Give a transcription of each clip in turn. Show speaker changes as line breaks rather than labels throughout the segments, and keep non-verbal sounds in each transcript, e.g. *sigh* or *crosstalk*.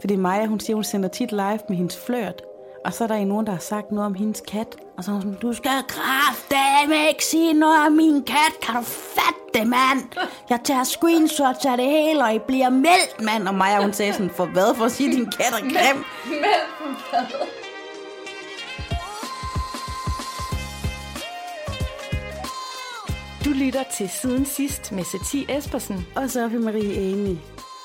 Fordi Maja, hun siger, hun sender tit live med hendes flørt. Og så er der en nogen, der har sagt noget om hendes kat. Og så er hun sådan, du skal kraftedeme ikke sige noget om min kat. Kan du fatte det, mand? Jeg tager screenshots af det hele, og I bliver meldt, mand. Og Maja, hun sagde sådan, for hvad? For at sige, din kat er grim.
Du lytter til Siden Sidst med Satie Espersen.
Og så er vi Marie enige.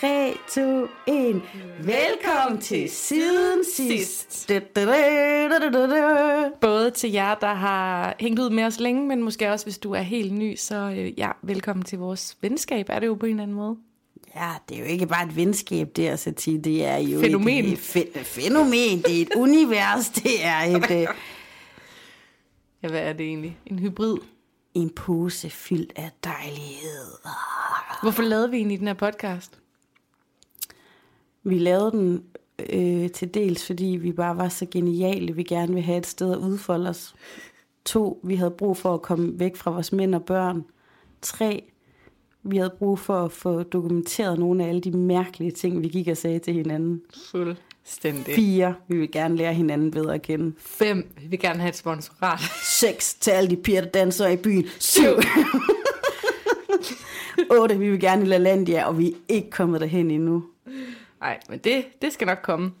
Tre, to, en. Velkommen til siden sidst. Da, da, da, da, da, da.
Både til jer, der har hængt ud med os længe, men måske også, hvis du er helt ny, så øh, ja, velkommen til vores venskab, er det jo på en eller anden måde.
Ja, det er jo ikke bare et venskab der, så tit. Det er jo
Fænomen.
Et, et fæ- fænomen. Det er et *laughs* univers. Det er et, øh,
Ja, hvad er det egentlig? En hybrid.
en pose fyldt af dejlighed.
Hvorfor lavede vi egentlig den her podcast?
Vi lavede den øh, til dels, fordi vi bare var så geniale, vi gerne ville have et sted at udfolde os. To, vi havde brug for at komme væk fra vores mænd og børn. Tre, vi havde brug for at få dokumenteret nogle af alle de mærkelige ting, vi gik og sagde til hinanden.
Fuldstændig.
Fire, vi vil gerne lære hinanden bedre at kende.
5. Vi vil gerne have et sponsorat.
6 til alle de piger, der danser i byen. 7. 8. Vi vil gerne i LaLandia, og vi er ikke kommet derhen endnu.
Nej, men det, det skal nok komme.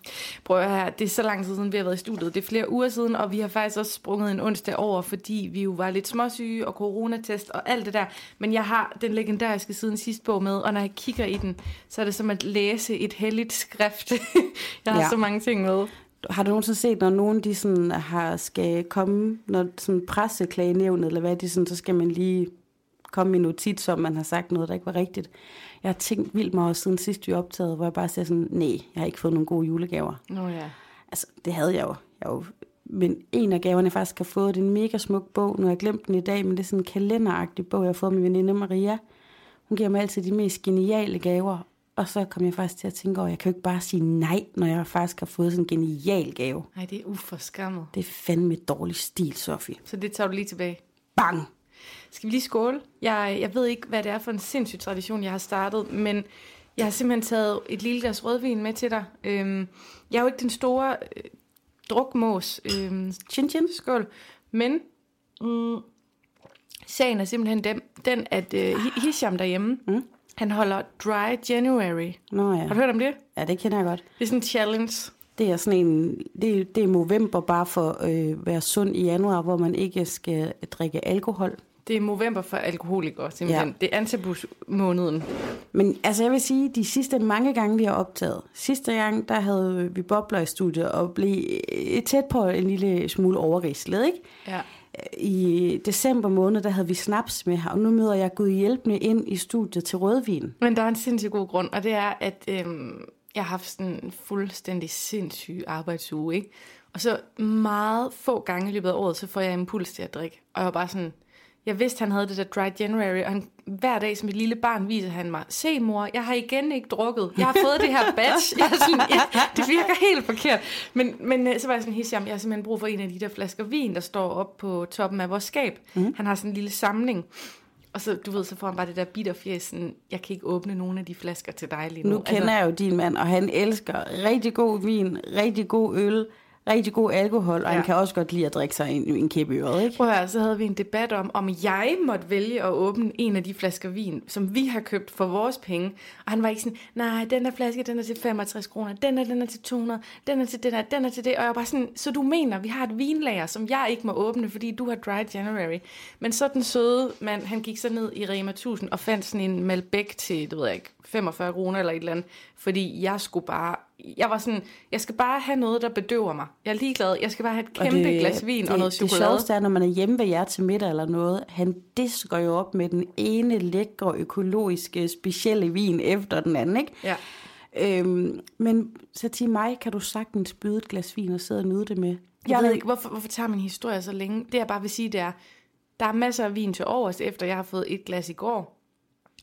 Prøv at høre her, det er så lang tid siden, vi har været i studiet. Det er flere uger siden, og vi har faktisk også sprunget en onsdag over, fordi vi jo var lidt småsyge og coronatest og alt det der. Men jeg har den legendariske siden sidst bog med, og når jeg kigger i den, så er det som at læse et helligt skrift. *laughs* jeg har
Ja.
ja. så mange ting med.
Har du nogensinde set, når nogen de sådan har, skal komme, når sådan presseklagenævnet, eller hvad de sådan, så skal man lige komme med en notits, om man har sagt noget, der ikke var rigtigt. Jeg har tænkt vildt meget siden sidst, vi optagede, hvor jeg bare siger sådan, nej, jeg har ikke fået nogle gode julegaver.
Nå ja.
Altså, det havde jeg jo. Jeg jo. Men en af gaverne, jeg faktisk har fået, det er en mega smuk bog. Nu har jeg glemt den i dag, men det er sådan en kalenderagtig bog, jeg har fået af min veninde Maria. Hun giver mig altid de mest geniale gaver. Og så kom jeg faktisk til at tænke over, jeg kan jo ikke bare sige nej, når jeg faktisk har fået sådan en genial gave.
Nej, det er uforskammet.
Det er fandme dårlig stil, Sofie.
Så det tager du lige tilbage.
Bang!
Skal vi lige skåle? Jeg, jeg ved ikke, hvad det er for en sindssyg tradition, jeg har startet, men jeg har simpelthen taget et lille glas rødvin med til dig. Øhm, jeg er jo ikke den store øh, drukmås. Øhm,
Chin chin.
skål. Men mm, sagen er simpelthen den, den at øh, Hi- Hisham derhjemme, mm. han holder Dry January.
Nå ja.
Har du hørt om det?
Ja, det kender jeg godt.
Det er sådan en challenge.
Det er sådan en, det, er- det er november bare for at øh, være sund i januar, hvor man ikke skal drikke alkohol.
Det er november for alkoholikere, simpelthen.
Ja.
Ja. Det er antabus-måneden.
Men altså, jeg vil sige, de sidste mange gange, vi har optaget. Sidste gang, der havde vi bobler i studiet og blev øh, tæt på en lille smule overrislet, ikke?
Ja.
I december måned, der havde vi snaps med her, og nu møder jeg Gud hjælpende ind i studiet til rødvin.
Men der er en sindssygt god grund, og det er, at øhm, jeg har haft sådan en fuldstændig sindssyg arbejdsuge, ikke? Og så meget få gange i løbet af året, så får jeg impuls til at drikke. Og jeg var bare sådan, jeg vidste, han havde det der dry January, og han, hver dag som et lille barn viser han mig, se mor, jeg har igen ikke drukket. Jeg har fået det her batch. Jeg er sådan, ja, det virker helt forkert. Men, men øh, så var jeg sådan, Hisham, jeg har simpelthen brug for en af de der flasker vin, der står op på toppen af vores skab. Mm. Han har sådan en lille samling. Og så, du ved, så får han bare det der bitterfjæs, sådan, jeg kan ikke åbne nogen af de flasker til dig lige nu. Altså,
Nu kender jeg jo din mand, og han elsker rigtig god vin, rigtig god øl, rigtig god alkohol, og ja.
Ja.
han kan også godt lide at drikke sig en, en kæppe i øret, ikke?
Prøv at høre, så havde vi en debat om, om jeg måtte vælge at åbne en af de flasker vin, som vi har købt for vores penge. Og han var ikke sådan, nej, den der flaske, den er til 65 kroner, den er, den er til 200, den er til den her, den er til det. Og jeg var bare sådan, så du mener, vi har et vinlager, som jeg ikke må åbne, fordi du har dry January. Men så den søde mand, han gik så ned i Rema 1000 og fandt sådan en Malbec til, det ved jeg ikke, 45 kroner eller et eller andet, fordi jeg skulle bare jeg var sådan, jeg skal bare have noget, der bedøver mig. Jeg er ligeglad. Jeg skal bare have et
Og
kæmpe det, glas vin det, og noget
Det
chokolade.
sjoveste er, når man er hjemme ved jer til middag eller noget, han disker jo op med den ene lækre, økologiske, specielle vin efter den anden, ikke?
ja.
Øhm, men så til mig kan du sagtens byde et glas vin og sidde og nyde det med.
Jeg ved ikke, hvorfor, hvorfor tager min historie så længe? Det jeg bare vil sige, det er, der er masser af vin til overs, efter jeg har fået et glas i går.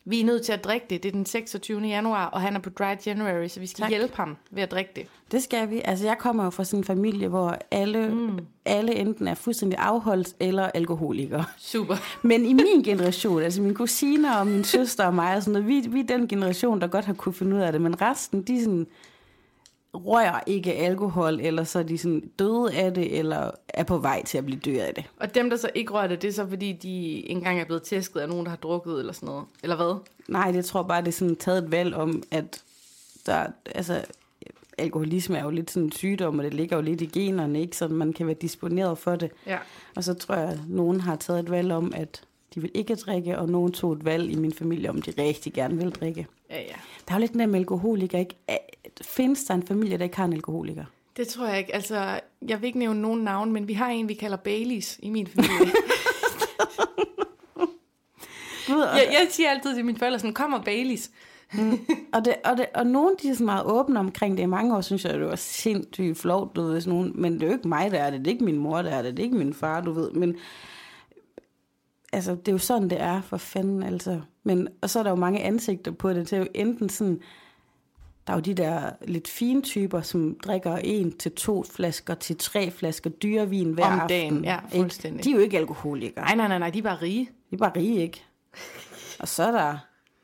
Vi er nødt til at drikke det. Det er den 26. januar, og han er på Dry January, så vi skal tak.
Tak.
hjælpe ham ved at drikke det.
Det skal vi. Altså, jeg kommer jo fra sådan en familie, hvor alle, mm. alle enten er fuldstændig afholdt eller alkoholikere.
Super.
Men i min generation, altså mine kusiner og min søster og mig, og sådan noget, vi, vi er den generation, der godt har kunne finde ud af det, men resten, de sådan, rører ikke alkohol, eller så er de sådan døde af det, eller er på vej til at blive døde af det.
Og dem, der så ikke rører det, det er så fordi, de ikke engang er blevet tæsket af nogen, der har drukket eller sådan noget. Eller hvad?
Nej, det tror jeg bare, det er sådan taget et valg om, at der, altså, alkoholisme er jo lidt sådan en sygdom, og det ligger jo lidt i generne, ikke? så man kan være disponeret for det.
Ja.
Og så tror jeg, at nogen har taget et valg om, at de vil ikke drikke, og nogen tog et valg i min familie, om de rigtig gerne vil drikke.
Ja, ja.
Der er jo lidt den der med alkoholiker, ikke? Æ, Findes der en familie, der ikke har en alkoholiker?
Det tror jeg ikke. Altså, jeg vil ikke nævne nogen navn, men vi har en, vi kalder Baileys i min familie.
Du ved, og,
*laughs* jeg, jeg siger altid til mine forældre sådan, kommer Baileys.
og, det, og, det, og nogen, de er så meget åbne omkring det. I mange år synes jeg, det var sindssygt flot, du ved, sådan nogen. Men det er jo ikke mig, der er det. Det er ikke min mor, der er det. Det er ikke min far, du ved. Men altså, det er jo sådan, det er, for fanden, altså. Men, og så er der jo mange ansigter på det. Det er jo enten sådan, der er jo de der lidt fine typer, som drikker en til to flasker til tre flasker dyrevin hver
Om dagen,
aften.
ja,
ikke?
fuldstændig.
De er jo ikke alkoholikere.
Nej, nej, nej, nej, de er bare rige.
Vi er bare rige, *laughs* ikke? Og så er der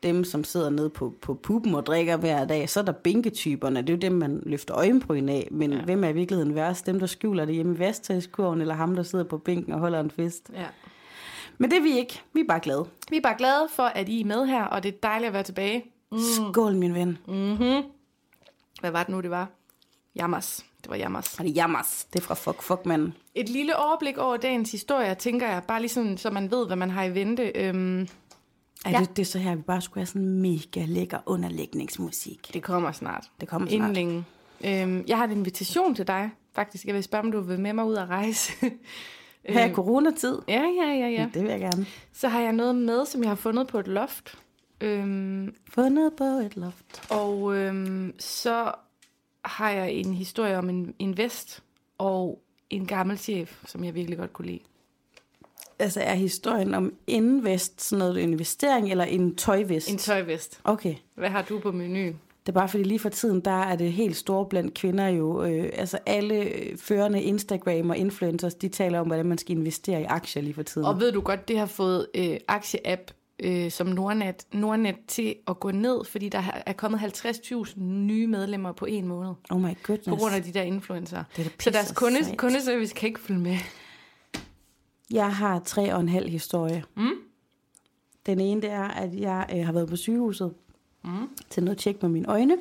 dem, som sidder nede på, på puben og drikker hver dag. Så er der bænketyperne. Det er jo dem, man løfter øjenbryn af. Men ja. hvem er i virkeligheden værst? Dem, der skjuler det hjemme i Vesttøjskurven, eller ham, der sidder på bænken og holder en fest?
Ja.
Men det er vi ikke. Vi er bare glade.
Vi er bare glade for, at I er med her, og det er dejligt at være tilbage.
Mm. Skål, min ven. Mm.
Hvad var det nu, det var? Jammers. Det var jammers.
Og det er jammers. Det er fra Fuck Fuck Man.
Et lille overblik over dagens historie, tænker jeg, bare lige sådan, så man ved, hvad man har i vente. Øhm,
Ej,
Ja.
ja. det, det er så her, vi bare skulle have sådan mega lækker underlægningsmusik.
det kommer snart.
Det kommer
Inden
snart.
længe. Øhm, jeg har en invitation til dig, faktisk. Jeg vil spørge, om du vil med mig ud og rejse. *laughs* Øhm,
Her er coronatid.
ja, ja, ja, ja.
Ja. Det vil jeg gerne.
Så har jeg noget med, som jeg har fundet på et loft. Øhm,
Fundet på et loft.
Og øhm, så har jeg en historie om en, en vest og en gammel chef, som jeg virkelig godt kunne lide.
Altså, er historien om invest sådan noget investering, eller en tøjvest?
En tøjvest.
Okay.
Hvad har du på menuen?
Det er bare fordi lige for tiden, der er det helt store blandt kvinder jo. Øh, altså alle øh, førende Instagram og influencers, de taler om, hvordan man skal investere i aktier lige for tiden.
Og ved du godt, det har fået øh, aktieapp øh, som Nordnet, Nordnet til at gå ned, fordi der er kommet 50.000 nye medlemmer på en måned,
oh my goodness.
på grund af de der influencer.
Det er da
så deres
pisse
kunde,
sejt.
kundeservice kan ikke følge med. *laughs*
Jeg har tre og en halv historie. Mm. Den ene, det er, at jeg øh, har været på sygehuset mm. til noget tjek med mine øjne.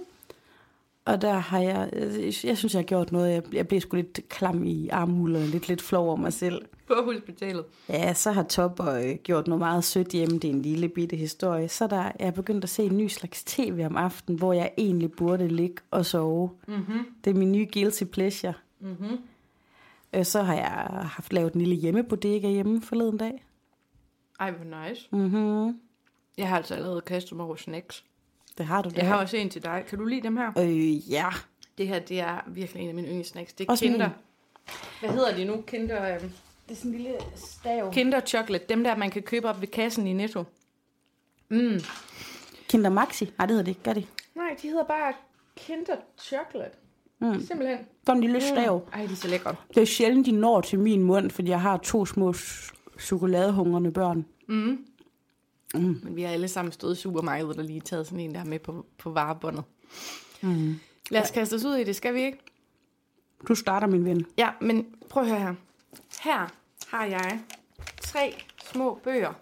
Og der har jeg, øh, jeg synes, jeg har gjort noget. Jeg, jeg blev sgu lidt klam i armhulerne, lidt, lidt flov over mig selv.
På hospitalet.
Ja, så har Topper øh, gjort noget meget sødt hjemme. Det er en lille bitte historie. Så der, jeg er begyndt at se en ny slags tv om aftenen, hvor jeg egentlig burde ligge og sove. Mm-hmm.
Mhm.
Det er min nye guilty pleasure. Mm-hmm. Øh, så har jeg haft lavet en lille hjemmebodega hjemme forleden dag.
Ej, hvor nice.
Mm-hmm.
Jeg har altså allerede kastet mig over snacks.
Det har du da.
Jeg har også en til dig. Kan du lide dem her?
Øh, ja.
Det her, det er virkelig en af mine yndlingsnacks. Det er
Også
kinder.
min.
Hvad hedder de nu? Kinder, øhm,
Det er sådan en lille stav.
kinder Chocolate. Dem der, man kan købe op ved kassen i Netto.
Kinder Maxi. Nej, det hedder det ikke. Gør det.
Nej, de hedder bare Kinder Chocolate. Mm. Simpelthen.
Der er en lille stav. Mm.
Ej, de er så lækre.
Det er sjældent, de når til min mund, fordi jeg har to små ch- chokoladehungrende børn.
Men vi har alle sammen stået i supermarkedet og lige taget sådan en der er med på, på varebåndet. Mm. Lad os kaste os ud i det, skal vi ikke?
Du starter, min ven.
Ja, men prøv at høre her. Her har jeg tre små bøger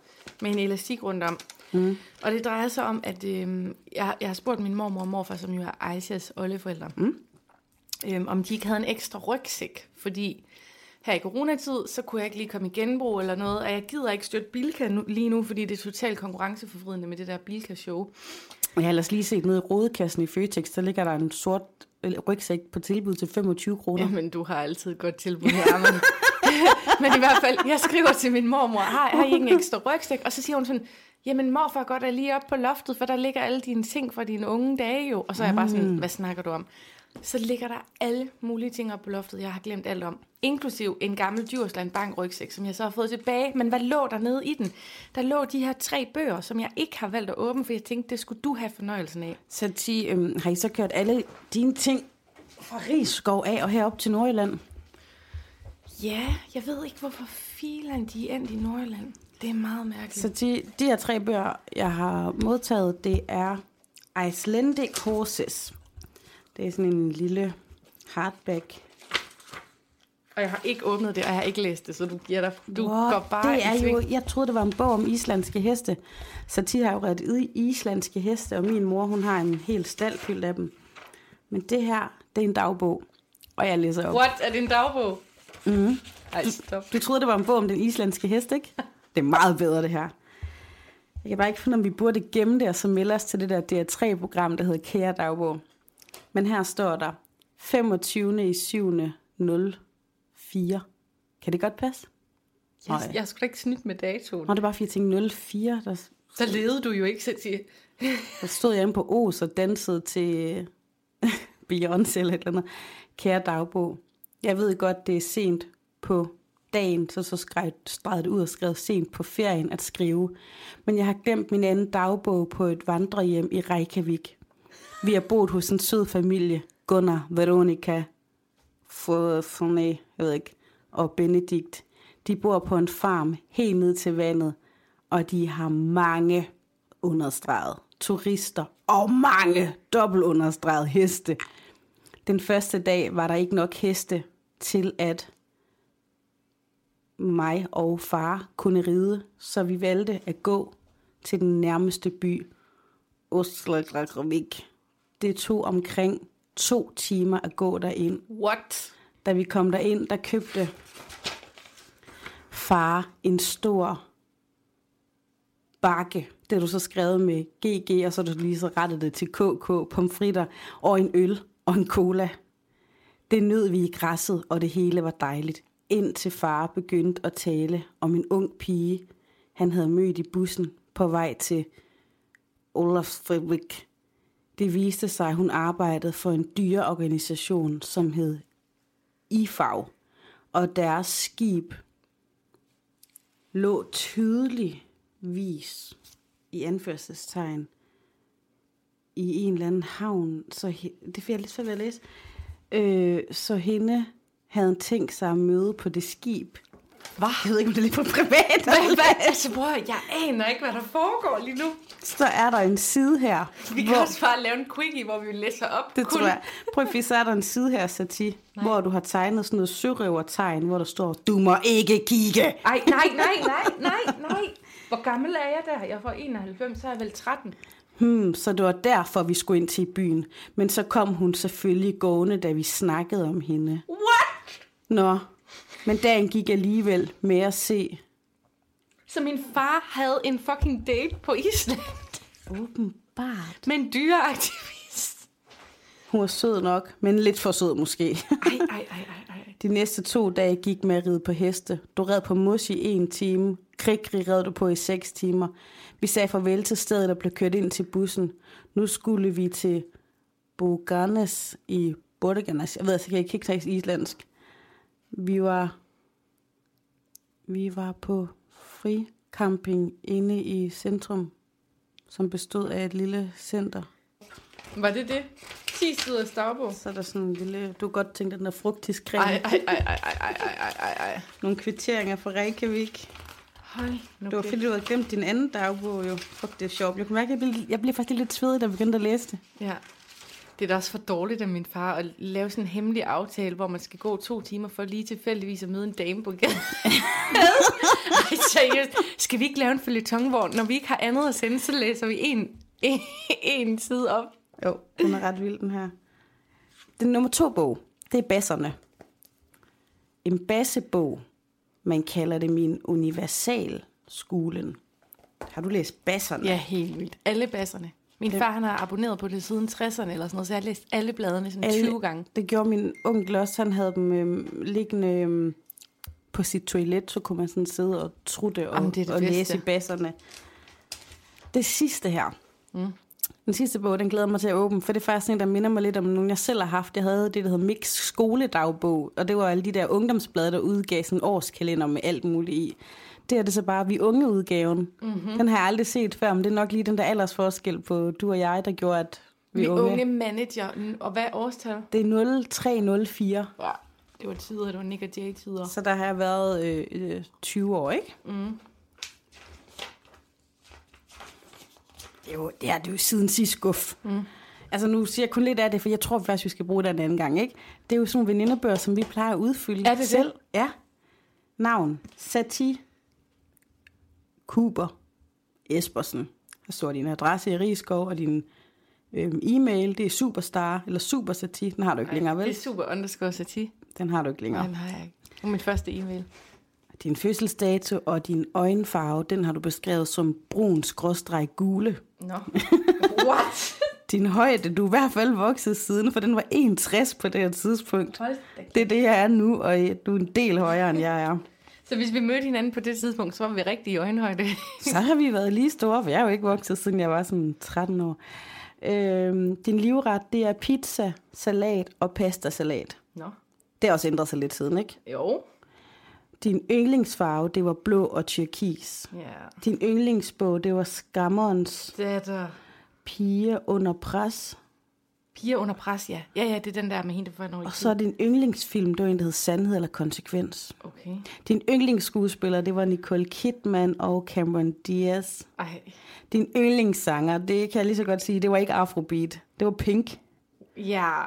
med en elastik rundt om. Mm. Og det drejer sig om, at øhm, jeg, jeg har spurgt min mormor og morfar, som jo er Aishas oldeforældre, mm. øhm, om de ikke havde en ekstra rygsæk, fordi her i coronatid, så kunne jeg ikke lige komme i genbrug eller noget, og jeg gider ikke støtte Bilka nu, lige nu, fordi det er totalt konkurrenceforvridende med det der Bilka-show.
Jeg har ellers lige set nede i rodekassen i Føtex, der ligger der en sort øh, rygsæk på tilbud til 25 kroner.
Jamen, du har altid et godt tilbud her, men, *laughs* men i hvert fald, jeg skriver til min mormor, har, har I ikke en ekstra rygsæk? Og så siger hun sådan, jamen morfar godt er lige oppe på loftet, for der ligger alle dine ting fra dine unge dage jo. Og så er jeg bare sådan, hvad snakker du om? Så ligger der alle mulige ting oppe på loftet, jeg har glemt alt om. Inklusiv en gammel Djursland Bank rygsæk, som jeg så har fået tilbage. Men hvad lå der nede i den? Der lå de her tre bøger, som jeg ikke har valgt at åbne, for jeg tænkte, det skulle du have fornøjelsen af.
Så ti, øhm, har I så kørt alle dine ting fra Rigskov af og herop til Nordjylland?
Ja, jeg ved ikke, hvorfor filen de er endt i Nordjylland. Det er meget mærkeligt.
Så de, de her tre bøger, jeg har modtaget, det er Icelandic Horses. Det er sådan en lille hardback.
Og jeg har ikke åbnet det, og jeg har ikke læst det, så du giver dig... Du
Wow,
går bare
det
i
er
sving.
jo, jeg troede, det var en bog om islandske heste. Så de har jo reddet i- islandske heste, og min mor, hun har en hel stald fyldt af dem. Men det her, det er en dagbog, og jeg læser op.
What? Er det en dagbog? Mm. Ej, stop.
Du troede, det var en bog om den islandske hest,
*laughs*
ikke? Det er meget bedre, det her. Jeg kan bare ikke finde, om vi burde gemme det, og så melde os til det der DR3-program, der hedder Kære Dagbog. Men her står der 25. i 7. 04. Kan det godt passe?
Jeg,
Nej.
jeg skulle da ikke snydt med datoen.
Nå, det er bare fordi jeg tænkte 04. Der,
Så levede du jo ikke, så til...
der stod jeg inde på Os og dansede til øh, *laughs* Beyoncé eller et eller andet. Kære Dagbog. Jeg ved godt, det er sent på dagen, så så skrev, stregede det ud og skrev sent på ferien at skrive. Men jeg har glemt min anden dagbog på et vandrehjem i Reykjavik. Vi har boet hos en sød familie. Gunnar, Veronica, Fone, jeg ved ikke, og Benedikt. De bor på en farm helt ned til vandet, og de har mange understreget turister og mange dobbelt understreget heste. Den første dag var der ikke nok heste til, at mig og far kunne ride, så vi valgte at gå til den nærmeste by, Oslokrvik. Det tog omkring to timer at gå derind.
*laughs* What?
Da vi kom derind, der købte far en stor bakke. Det har du så skrevet med GG, og så har du lige så rettet det til KK, pomfritter og en øl og en cola. Det nød vi i græsset, og det hele var dejligt. Indtil far begyndte at tale om en ung pige, han havde mødt i bussen på vej til Olafsfabrik. Det viste sig, at hun arbejdede for en dyreorganisation, som hed IFAG, og deres skib lå tydeligvis i anførselstegn i en eller anden havn, så he- det fik jeg lidt svært ved at læse, øh, så hende havde han tænkt sig at møde på det skib. Hvad? Jeg ved ikke, om det er lige på privat.
Hvad, hvad? Altså, bror, jeg aner ikke, hvad der foregår lige nu.
Så er der en side her,
Vi kan også bare lave en quickie, hvor vi læser op.
Det
kun.
tror jeg. Prøv at finde, så er der en side her, Sati, hvor du har tegnet sådan noget sørøvertegn, hvor der står, du må ikke kigge.
Ej, nej, nej, nej, nej, nej. Hvor gammel er jeg der? Jeg får 91, så er jeg vel 13.
Hmm, så det var derfor, vi skulle ind til byen. Men så kom hun selvfølgelig gående, da vi snakkede om hende.
What?
Nå, men dagen gik alligevel med at se
Så min far havde en fucking date på Island
åbenbart.
med en dyreaktivist.
Hun var sød nok, men lidt for sød måske.
Ej, ej, ej, ej, ej.
De næste to dage gik med at ride på heste. Du red på mos i en time. Krigrig red du på i seks timer. Vi sagde farvel til stedet og blev kørt ind til bussen. Nu skulle vi til Boganes i Bordeganes. Jeg ved altså, jeg kan ikke tale islandsk. Vi var, vi var på fricamping inde i centrum, som bestod af et lille center.
Var det det? 10 siders dagbog.
Så er der sådan en lille... Du kan godt tænke dig den der frugtiskrem.
Ej, ej, ej, ej, ej, ej, ej, ej, ej, ej.
Nogle kvitteringer fra Reykjavik.
Hold nu
Det var
kæft.
fordi, du havde glemt din anden dagbog, jo. Fuck, det er sjovt. Jeg kunne mærke, at jeg blev, jeg blev faktisk lidt svedig, da jeg begyndte at læse det.
Ja. Det er da også for dårligt af min far at lave sådan en hemmelig aftale, hvor man skal gå to timer for lige tilfældigvis at møde en dame på *laughs* gaden. Ej, seriøst. Skal vi ikke lave en følgetong, hvor når vi ikke har andet at sende, så læser vi en, en, en side op?
Jo, den er ret vild, den her. Den nummer to bog, det er basserne. En bassebog. Man kalder det min universal skulen. Har du læst basserne?
Ja, helt vildt. Alle basserne. Min far, han har abonneret på det siden 60'erne eller sådan noget, så jeg har læst alle bladene sådan alle. 20 gange.
Det gjorde min onkel også. Han havde dem øhm, liggende øhm, på sit toilet, så kunne man sådan sidde og trutte og,
Jamen, det er det
og
bedste.
læse i basserne. Det sidste her. Mm. Den sidste bog, den glæder jeg mig til at åbne, for det er faktisk en, der minder mig lidt om nogen, jeg selv har haft. Jeg havde det, der hed Mix skoledagbog, og det var alle de der ungdomsblade, der udgav sådan en årskalender med alt muligt i. Det er det så bare, vi unge udgaven.
Mhm.
Mm-hmm. Den har jeg aldrig set før, men det er nok lige den der aldersforskel på du og jeg, der gjorde, at vi,
Vi
vi unge.
unge
unge.
manager. N- Og hvad er årstal?
Det er 0304.
Ja, det var tider, det var Nick og Jay-tider.
Så der har jeg været øh, øh, 20 år, ikke? Mm. Det, er jo, det, er, det er jo siden sidst skuff. Mm. Altså nu siger jeg kun lidt af det, for jeg tror faktisk, vi skal bruge det en anden gang, ikke? Det er jo sådan nogle venindebøger, som vi plejer at udfylde
Er det det?
selv. Ja. Navn. Sati. Kuber. Espersen. Der står din adresse i Rigskov og din øhm, e-mail. Det er Superstar, eller Supersati. Den har du ikke Ej, længere,
Det er
vel?
super underscore sati.
Den har du ikke længere.
Ja. Den har jeg ikke. Det var min første e-mail.
Din fødselsdato og din øjenfarve, den har du beskrevet som brun skråstreg gule.
Nå. *laughs* What?
Din højde, du er i hvert fald vokset siden, for den var 61 på det her tidspunkt.
Hold da kæft.
Det er det, jeg er nu, og du er en del højere, end jeg er.
Så hvis vi mødte hinanden på det tidspunkt, så var vi rigtig i øjenhøjde.
Så har vi været lige store, for jeg er jo ikke vokset, siden jeg var sådan 13 år. Øhm, din livret, det er pizza, salat og pastasalat.
*laughs* Nå.
Det har også ændret sig lidt siden, ikke?
Jo.
Din yndlingsfarve, det var blå og tyrkis.
Ja.
Din yndlingsbog, det var Skammerens
Det er der.
Pige under pres.
Piger under pres, ja. Ja, ja, det er den der med hende, der får en
Og så er din yndlingsfilm, det var en, der hed Sandhed eller Konsekvens.
Okay.
Din yndlingsskuespiller, det var Nicole Kidman og Cameron Diaz.
Ej.
Din yndlingssanger, det kan jeg lige så godt sige, det var ikke Afrobeat. Det var Pink.
Ja.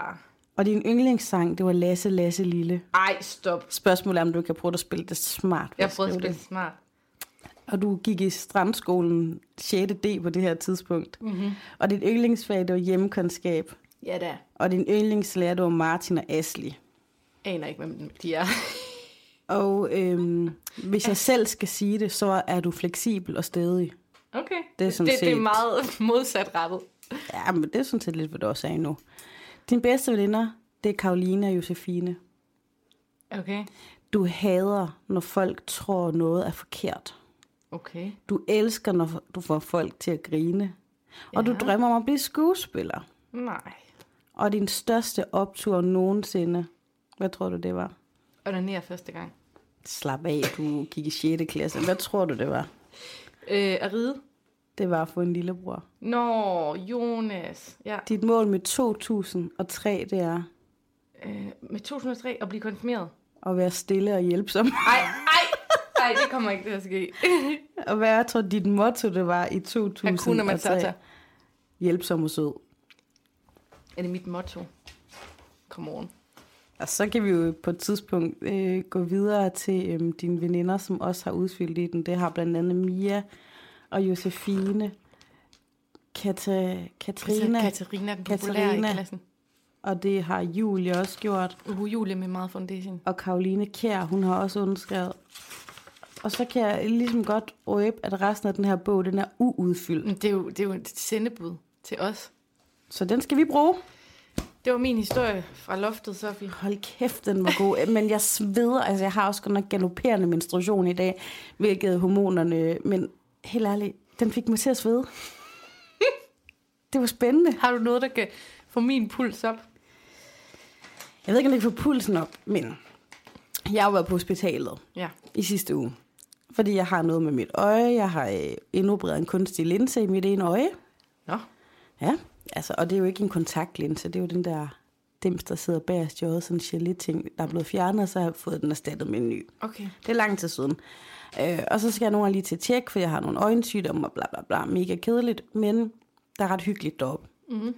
Og din yndlingssang, det var Lasse Lasse Lille.
Ej, stop.
Spørgsmålet er, om du ikke har prøvet at spille det smart. ved
Jeg
at
prøvede at
skrive
spille
det.
smart.
Og du gik i strandskolen 6. D på det her tidspunkt.
Mhm.
Mm-hmm. Og dit yndlingsfag, det var hjemmekundskab.
Ja, da.
Og din yndlingslærer, det var Martin og Asli.
Aner ikke, hvem de er.
Og øhm, hvis jeg selv skal sige det, så er du fleksibel og stedig.
*laughs* Okay.
Det er sådan
det, det er
set-
meget *laughs* modsat rettet.
Ja, men det er sådan set lidt, hvad du også er endnu. Din bedste veninder, det er Karoline og Josefine.
Okay.
Du hader, når folk tror, noget er forkert.
Okay.
Du elsker, når du får folk til at grine. Og ja.
Ja.
du drømmer om at blive skuespiller.
Nej.
Og din største optur nogensinde, hvad tror du det var?
Og den her første gang.
Slap af, du gik i 6. klasse. Hvad tror du det var?
Øh, at ride?
Det var at få en lillebror.
Nå, Jonas. Ja.
Dit mål med 2003, det er
Øh, med 2003 at blive konfirmeret.
at være stille og hjælpsom. *laughs*
Ej, ej, ej, det kommer ikke til at ske.
Og hvad jeg tror, dit motto det var i 2003?
Hakuna Matata.
Hjælpsom og sød.
Er det mit motto? Come on.
Og så kan vi jo på et tidspunkt øh, gå videre til øh, dine veninder, som også har udfyldt i den. Det har blandt andet Mia og Josefine, Kata, Katrina,
Altså, Katarina, den populære i
Katarina.
klassen.
og det har Julie også gjort.
Uh, Julie med meget foundation.
Og Karoline Kær, hun har også underskrevet. Og så kan jeg ligesom godt røbe, at resten af den her bog, den er uudfyldt.
Men Det er, jo, det er jo et sendebud til os.
Så den skal vi bruge.
Det var min historie fra loftet, Sofie.
Hold kæft, den var god. Men jeg sveder, altså jeg har også godt nok galopperende menstruation i dag, hvilket hormonerne, men helt ærligt, den fik mig til at svede. Det var spændende.
Har du noget, der kan få min puls op?
Jeg ved ikke, om jeg kan få pulsen op, men jeg har været på hospitalet
Ja.
i sidste uge, fordi jeg har noget med mit øje. Jeg har øh, indopereret en kunstig linse i mit ene øje.
Nå.
Ja, altså, og det er jo ikke en kontaktlinse, det er jo den der dims, der sidder bagerst i øjet, sådan en gelé-ting, der er blevet fjernet, og så har jeg fået den erstattet med en ny.
Okay.
Det er lang tid siden. Øh, og så skal jeg nogle gange lige til tjek, for jeg har nogle øjensygdomme og bla bla bla. Mega kedeligt, men der er ret hyggeligt deroppe. Mm.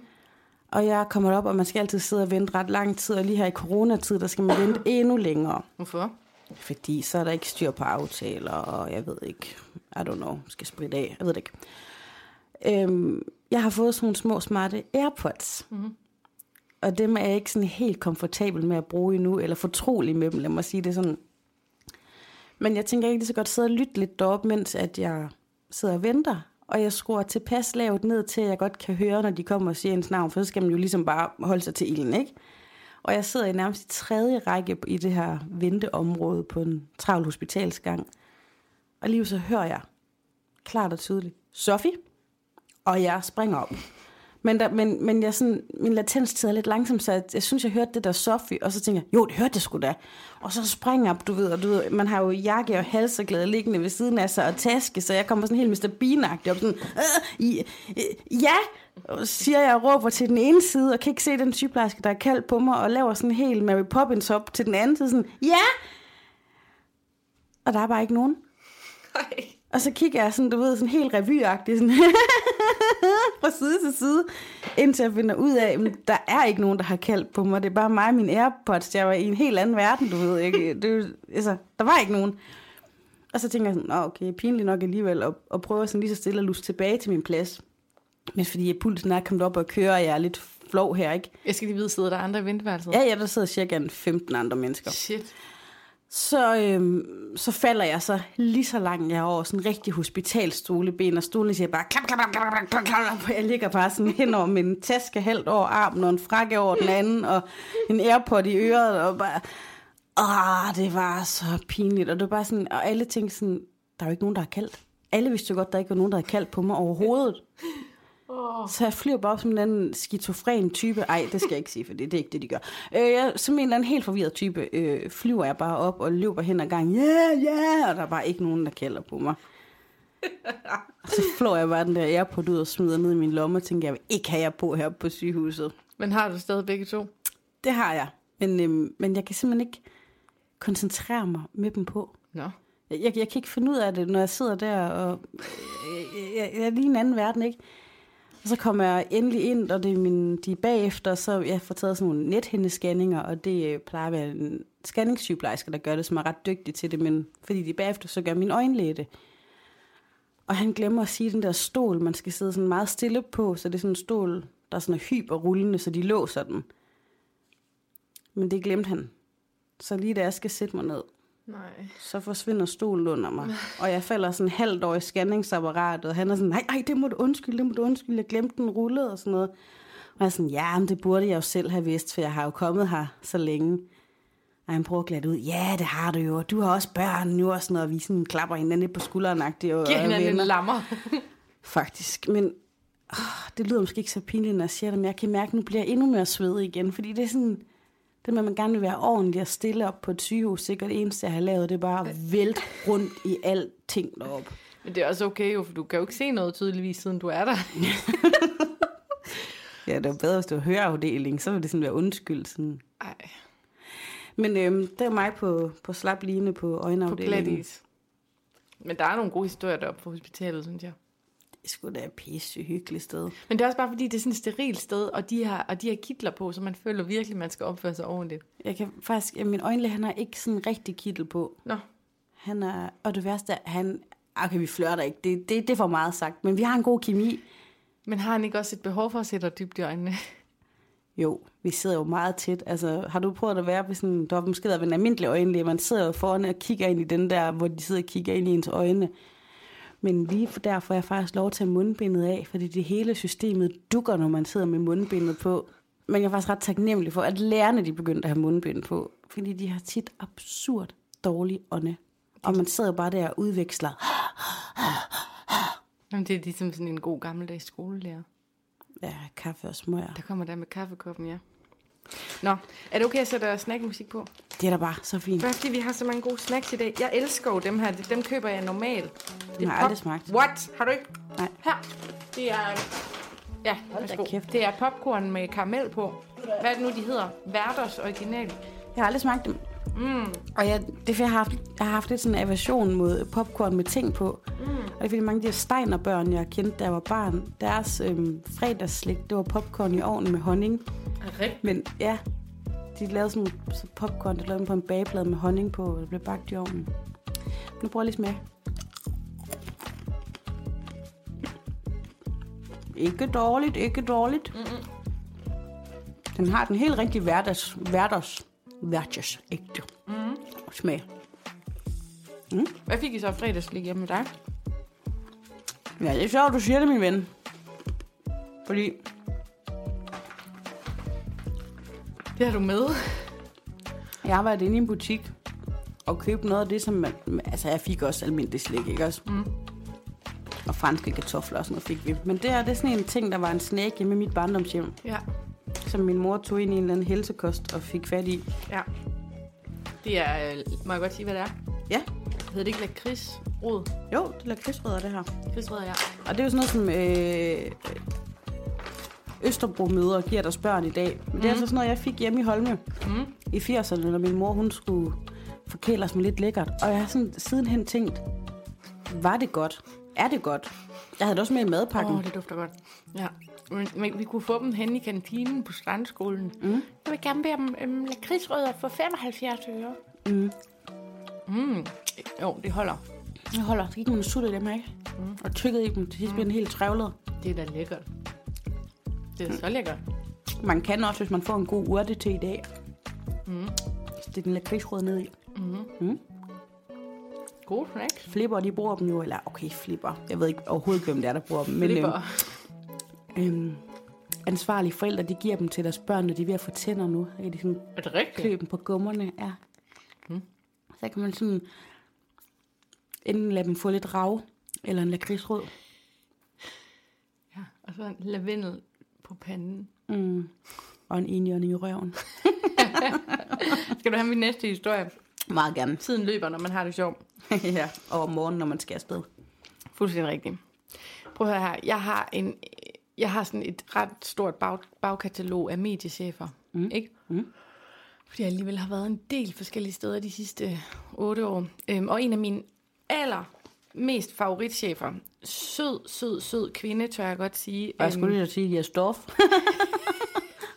Og jeg kommer op, og man skal altid sidde og vente ret lang tid, og lige her i coronatid, der skal man vente endnu længere.
Hvorfor?
Fordi så er der ikke styr på aftaler, og jeg ved ikke, I don't know, skal spritte af, jeg ved det ikke. Øhm, jeg har fået sådan nogle små smarte AirPods. Mm-hmm. Og dem er jeg ikke sådan helt komfortabel med at bruge endnu, eller fortrolig med dem, lad mig sige det sådan. Men jeg tænker, jeg kan lige så godt sidde og lytte lidt deroppe, mens at jeg sidder og venter. og jeg skruer tilpas lavt ned til, at jeg godt kan høre, når de kommer og siger ens navn, for så skal man jo ligesom bare holde sig til ilden, ikke? Og jeg sidder i nærmest i tredje række i det her venteområde på en travl hospitalsgang. Og lige så hører jeg klart og tydeligt, Sofie, og jeg springer op. Men, der, men, men jeg sådan, min latenstid er lidt langsom, så jeg, jeg synes, jeg hørte det der Sofie, og så tænker jeg, jo, det hørte jeg sgu da. Og så springer jeg op, du ved, og du ved, man har jo jakke og halserklæde liggende ved siden af sig, og taske, så jeg kommer sådan helt Mr. bean op, sådan, "Øh, i- øh, ja, og siger jeg og råber til den ene side, og kan ikke se den sygeplejerske, der er kaldt på mig, og laver sådan en hel Mary Poppins op til den anden side, sådan, ja! Og der er bare ikke nogen.
Ej.
Og så kigger jeg sådan, du ved, sådan helt revyagtigt, sådan *laughs* fra side til side, indtil jeg finder ud af, at der er ikke nogen, der har kaldt på mig. Det er bare mig og min Airpods. Jeg var i en helt anden verden, du ved. Ikke? Det, er jo- altså, der var ikke nogen. Og så tænker jeg sådan, "Nå, okay, pinligt nok alligevel, og, og prøver sådan lige så stille at lusse tilbage til min plads. Men fordi pulsen er kommet op og kører, og jeg er lidt flov her, ikke?
Jeg skal lige vide, sidder der andre i venteværelset?
Ja, ja, der sidder cirka en 15 andre mennesker
Shit.
så, øhm, så falder jeg så lige så langt jeg er over sådan en rigtig hospitalstoleben, og stolen siger bare klap, klap, klap, klap, klap, klap, klap, klap, og jeg ligger bare sådan hen over min taske halvt over armen, og en frakke over den anden, og en airpod i øret, og bare, ah, det var så pinligt, og det var bare sådan, og alle tænkte sådan, der er jo ikke nogen, der har kaldt. Alle vidste jo godt, der ikke var nogen, der havde kaldt på mig overhovedet. Så jeg flyver bare op som en eller anden skizofren type. Ej, det skal jeg ikke sige, for det, det er ikke det, de gør. Øh, jeg, som en eller anden helt forvirret type øh, flyver jeg bare op og løber hen ad gangen. Ja, yeah, ja, yeah! og der er bare ikke nogen, der kalder på mig. Og så flår jeg bare den der airpod ud og smider ned i min lomme og tænker, jeg vil ikke have jer på her på sygehuset.
Men har du stadig begge to?
Det har jeg, men, øhm, men jeg kan simpelthen ikke koncentrere mig med dem på.
Nå.
Jeg, jeg, jeg kan ikke finde ud af det, når jeg sidder der, og jeg, jeg, jeg er lige i en anden verden, ikke? Og så kommer jeg endelig ind, og det er min, de er bagefter, så jeg får taget sådan nogle nethændescanninger, og det øh, plejer at være en scanningssygeplejerske, der gør det, som er ret dygtig til det, men fordi de er bagefter, så gør min øjenlæge det. Og han glemmer at sige den der stol, man skal sidde sådan meget stille på, så det er sådan en stol, der sådan er hyb og rullende, så de låser den. Men det glemte han. Så lige da jeg skal sætte mig ned,
Nej.
så forsvinder stolen under mig, og jeg falder sådan halvt over i scanningsapparatet, og han er sådan, nej, nej, det må du undskylde, det må du undskylde, jeg glemte den rullede og sådan noget. Og jeg er sådan, ja, men det burde jeg jo selv have vidst, for jeg har jo kommet her så længe. Og han prøver at glæde ud, ja, det har du jo, og du har også børn nu og sådan noget, og vi sådan klapper hinanden lidt på skulderen, og og
Giv
er
hinanden
venner.
en lammer.
Faktisk, men åh, det lyder måske ikke så pinligt, når jeg siger det, men jeg kan mærke, at nu bliver jeg endnu mere svedig igen, fordi det er sådan, det med, at man gerne vil være ordentlig og stille op på et sygehus, ikke? Og det eneste, jeg har lavet, det er bare at vælte rundt i alting deroppe.
Men det er også okay jo, for du kan jo ikke se noget tydeligvis, siden du er der.
Ja, det var bedre, hvis det var høreafdeling, så ville det sådan være undskyld. Sådan.
Ej,
Men øhm, det var mig på, på slap line på
på
øjenafdelingen.
glat is. Men der er nogle gode historier deroppe på hospitalet, synes jeg.
Det skulle da et pisse hyggeligt sted.
Men det er også bare fordi, det er sådan et sterilt sted, og de har, og de har kitler på, så man føler virkelig, man skal opføre sig ordentligt.
Jeg kan faktisk, ja, min øjenlæge, han har ikke sådan rigtig kittel på.
Nå,
Han er, og det værste er, han, okay, vi flørter ikke, det, det, det er for meget sagt, men vi har en god kemi.
men har han ikke også et behov for at sætte dig dybt i øjnene?
Jo, vi sidder jo meget tæt. Altså, har du prøvet at være ved sådan, du har måske været ved en almindelig øjenlæge, man sidder jo foran og kigger ind i den der, hvor de sidder og kigger ind i ens øjne. Men lige for derfor er jeg faktisk lov til at tage mundbindet af, fordi det hele systemet dukker, når man sidder med mundbindet på. Men jeg er faktisk ret taknemmelig for, at lærerne de begyndte at have mundbind på, fordi de har tit absurd dårlige ånde. Og man sidder bare der og udveksler "Ah,
Jamen, det er ligesom sådan en god gammeldags skolelærer.
ja, kaffe og smør.
Der kommer der med kaffekoppen, ja. Nå, er det okay, at sætte øh, snackmusik på?
Det er da bare så fint.
Bare fordi vi har så mange gode snacks i dag. Jeg elsker jo dem her. Dem køber jeg normalt. Det
har jeg
pop-
aldrig smagt.
What? Har du ikke?
Nej.
Her. Det er... Ja, Hold
da kæft.
Det er popcorn med karamel på. Hvad er det nu, de hedder? Hverders original.
Jeg har aldrig smagt dem. Mm. Og jeg, det er fordi, jeg har haft, jeg har haft lidt sådan en aversion mod popcorn med ting på. Mm. Og det er fordi mange af de her steinerbørn, jeg kendte, da jeg var barn, deres øhm, fredagsslik, det var popcorn i ovnen med honning.
Rigtig.
Men ja, de lavede sådan så popcorn, der lavede dem på en bageplade med honning på, og det blev bagt i ovnen. Nu prøver jeg lige smag. Ikke dårligt, ikke dårligt. Mm-mm. Den har den helt rigtige hverdags, hverdags, hverdags ægte mm. smag.
Hvad fik I så fredags lige hjemme med dig?
Ja, det er sjovt, du siger det, min ven. Fordi
Det har du med.
jeg arbejdede inde i en butik og købte noget af det, som man... Altså, jeg fik også almindelig slik, ikke også? Mm. Og franske kartofler og sådan noget fik vi. Men det her, det er sådan en ting, der var en snack hjemme i mit barndomshjem,
Ja,
som min mor tog ind i en eller anden helsekost og fik fat i.
ja. Det er, øh, må jeg godt sige, hvad det er?
Ja,
Hedder det ikke lakrids? Rod?
jo, det er lakridsrødder, det her.
Krigsrød, ja.
Og det er jo sådan noget, som øh, Østerbro-møder giver deres børn i dag.
Mhm.
Men det er altså sådan noget, jeg fik hjemme i Holme
Mm.
i 80'erne, når min mor hun skulle forkæle os med lidt lækkert. Og jeg har sådan sidenhen tænkt, var det godt? Er det godt? Jeg havde det også med i madpakken. Oh,
Åh, oh, det dufter godt. Ja. Men, men vi kunne få dem hen i kantinen på Strandskolen. Mm. Jeg vil gerne bede om øhm, lakridsrødder for 75 øre. Mm. Mm. Jo, det holder.
jeg holder, så gik hun og suttede dem her, ikke?
Mhm.
Mm. Og tykkede i dem. Til sidst blev den helt trævlet.
Det er da lækkert. Det er så lækkert.
Man kan også, hvis man får en god urte til i dag. Mm.
Mhm.
Stik en lakridsrød ned i.
God snacks.
Flipper, de bruger dem jo, eller okay, flipper. Jeg ved ikke overhovedet, hvem det er, der bruger dem. Men, øhm,
Flipper.
øhm, ansvarlige forældre, de giver dem til deres børn, når de er ved at få tænder nu. Så kan de sådan
Er det rigtigt?
klø dem på gummerne. Ja. Mm. Så kan man sådan enten lade dem få lidt rav, eller en lakridsrød.
Ja, og så en lavendel på panden.
Mm. Og en enhjørning i røven.
Skal du have min næste historie?
Meget gerne. *laughs*
Tiden løber, når man har det sjovt.
ja. Og om morgenen, når man skal afsted.
Fuldstændig rigtigt. Prøv at høre her. Jeg har, en, jeg har sådan et ret stort bag, bagkatalog af mediechefer. Mm. Ikke? Mm. Fordi jeg alligevel har været en del forskellige steder de sidste otte år. Øhm, og en af mine aller mest favoritchefer. Sød, sød, sød kvinde, tør jeg godt sige.
Og jeg
Øhm,
skulle lige sige, at jeg er stof. *laughs*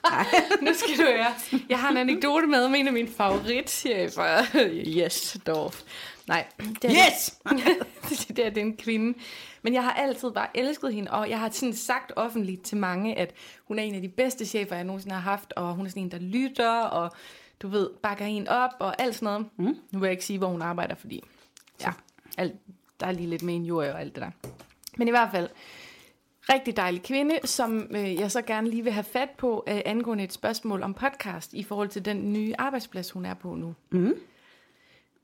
*laughs* nu skal du høre. Jeg har en anekdote med om en af mine favoritchefer. *laughs* Yes, Dorf. Nej. Det er
Yes!
*laughs* det, der, det er en kvinde. Men jeg har altid bare elsket hende, og jeg har sådan sagt offentligt til mange, at hun er en af de bedste chefer, jeg nogensinde har haft, og hun er sådan en, der lytter, og du ved, bakker en op, og alt sådan noget. Mm. Nu vil jeg ikke sige, hvor hun arbejder, fordi ja, alt, der er lige lidt med en jord og alt det der. Men i hvert fald, rigtig dejlig kvinde, som øh, jeg så gerne lige vil have fat på øh, angående et spørgsmål om podcast i forhold til den nye arbejdsplads, hun er på nu. Mm.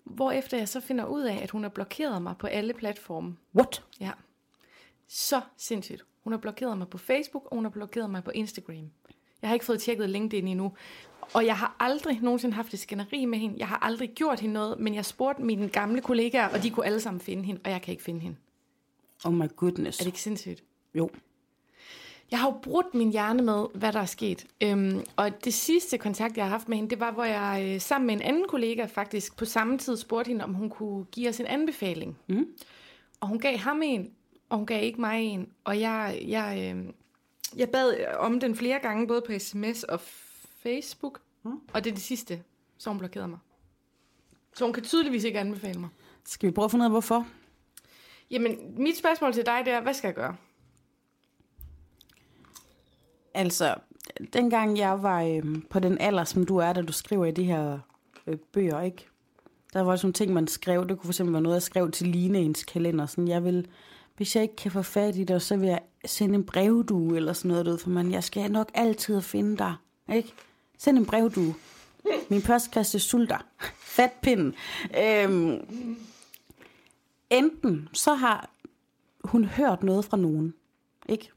Hvorefter jeg så finder ud af, at hun har blokeret mig på alle platforme.
What?
Ja. Så sindssygt. Hun har blokeret mig på Facebook, og hun har blokeret mig på Instagram. Jeg har ikke fået tjekket LinkedIn endnu. Og jeg har aldrig nogensinde haft et skænderi med hende. Jeg har aldrig gjort hende noget, men jeg spurgte mine gamle kollegaer, og de kunne alle sammen finde hende, og jeg kan ikke finde hende.
Oh my goodness.
Er det ikke sindssygt?
Jo.
Jeg har jo brudt min hjerne med, hvad der er sket. Øhm, og det sidste kontakt, jeg har haft med hende, det var, hvor jeg øh, sammen med en anden kollega faktisk på samme tid spurgte hende, om hun kunne give os en anbefaling. Mm. Og hun gav ham en, og hun gav ikke mig en. Og jeg, jeg, øh, jeg bad øh, om den flere gange, både på sms og Facebook. Mm. Og det er det sidste, så hun blokerede mig. Så hun kan tydeligvis ikke anbefale mig.
Skal vi prøve at finde ud af, hvorfor?
Jamen, mit spørgsmål til dig, det er, hvad skal jeg gøre?
Altså, dengang jeg var øh, på den alder, som du er, da du skriver i de her øh, bøger, ikke? Der var også nogle ting, man skrev. Det kunne fx være noget, jeg skrev til Line i ens kalender. Sådan, jeg vil, hvis jeg ikke kan få fat i dig, så vil jeg sende en brevdue eller sådan noget. du ved, For man, jeg skal nok altid finde dig. Ikke? Send en brevdue. Min postkasse sulter. *laughs* Fat pinden. Øhm, enten så har hun hørt noget fra nogen. Ikke?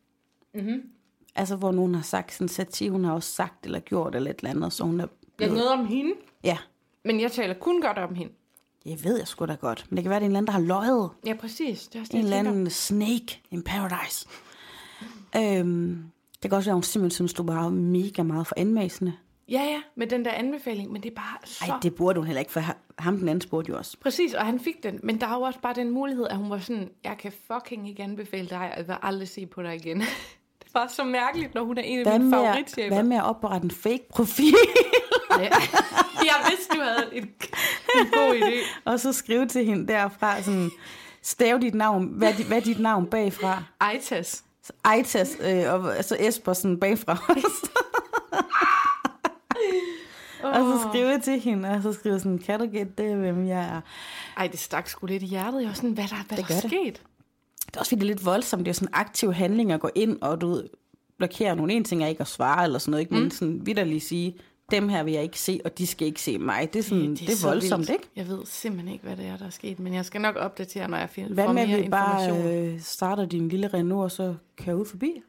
Altså, hvor nogen har sagt sådan, Satie, hun har også sagt eller gjort eller et eller andet, så hun er
Jeg
blevet...
noget om hende,
Ja,
men jeg taler kun godt om hende.
jeg ved jeg sgu da godt. Men det kan være, det er en eller anden, der har løjet.
Ja, præcis. Det er også det,
En eller
jeg tænker.
anden snake in paradise. Øhm, det kan også være, hun simpelthen synes, du bare er mega meget for anmæsende.
Ja, ja, med den der anbefaling, men det er bare så...
Nej, det burde hun heller ikke, for ha- ham den anden spurgte jo også.
Præcis, og han fik den, men der er jo også bare den mulighed, at hun var sådan, jeg kan fucking ikke anbefale dig, og jeg vil aldrig se på dig igen. *laughs* det var så mærkeligt, når hun er en af
Hvad
mine
med, at,
favoritchefer.
hvad med at oprette en fake profil, *laughs*
Ja. jeg vidste, du havde en, en god idé.
og så skrive til hende derfra, sådan, stave dit navn, hvad, er dit- hvad er dit navn bagfra?
Itas.
Så Eitas, øh, og så Espersen bagfra *laughs* os. Og så skrive til hende, og så skrive sådan, kan du gætte det, hvem jeg er?
Ej, det stak sgu lidt i hjertet. Jeg var sådan, hvad der, hvad
Det
der er
gør det.
sket?
Det er også fordi, det er lidt voldsomt. Det er sådan aktiv handling at gå ind og du ved, blokere nogen. En ting er ikke at svare eller sådan noget, ikke? Mm. men sådan vidderligt sige, dem her vil jeg ikke se, og de skal ikke se mig. Det er, sådan, det, det er, det
så
er voldsomt,
vildt.
ikke?
Jeg ved simpelthen ikke, hvad det er, der er sket, men jeg skal nok opdatere, når jeg finder,
Hvad
får
med,
mere
at vi
information.
bare øh, starter din lille Renault, og så kører ud forbi? Ja.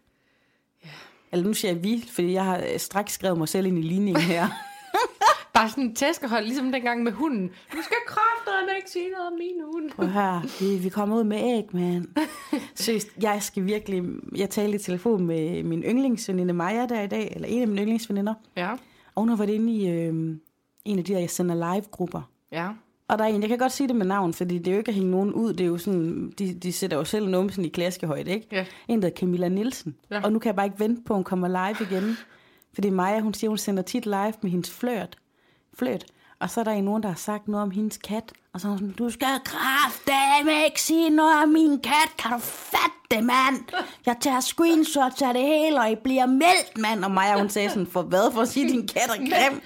Eller nu siger jeg vi, fordi jeg har øh, straks skrevet mig selv ind i ligningen
*laughs*
her.
Bare sådan en tæskehold, ligesom dengang med hunden. Du skal kraftedeme ikke sige noget om min hund.
Prøv at høre, vi, vi kommer ud med æg,
*laughs*
mand. Seriøst, jeg skal virkelig... Jeg talte i telefon med min yndlingsveninde Maja der i dag, eller en af mine yndlingsveninder,
Ja,
og hun har været inde i øh, en af de der, jeg sender live-grupper.
ja.
Og der er en, jeg kan godt sige det med navn, fordi det er jo ikke at hænge nogen ud, det er jo sådan, de, de sætter jo selv numsen i klaskehøjde, ikke?
Ja.
En, der hedder Camilla Nielsen.
Ja.
Og nu kan jeg bare ikke vente på, at hun kommer live igen. Fordi Maja, hun siger, hun sender tit live med hendes flørt. Flørt. Og så er der en, nogen, der har sagt noget om hendes kat. Og så er hun sådan, du skal kraftedeme ikke sige noget om min kat. Kan du fatte det, mand? Jeg tager screenshots af det hele, og I bliver meldt, mand. Og Maja, hun sagde sådan, for hvad for at sige, din kat er grim?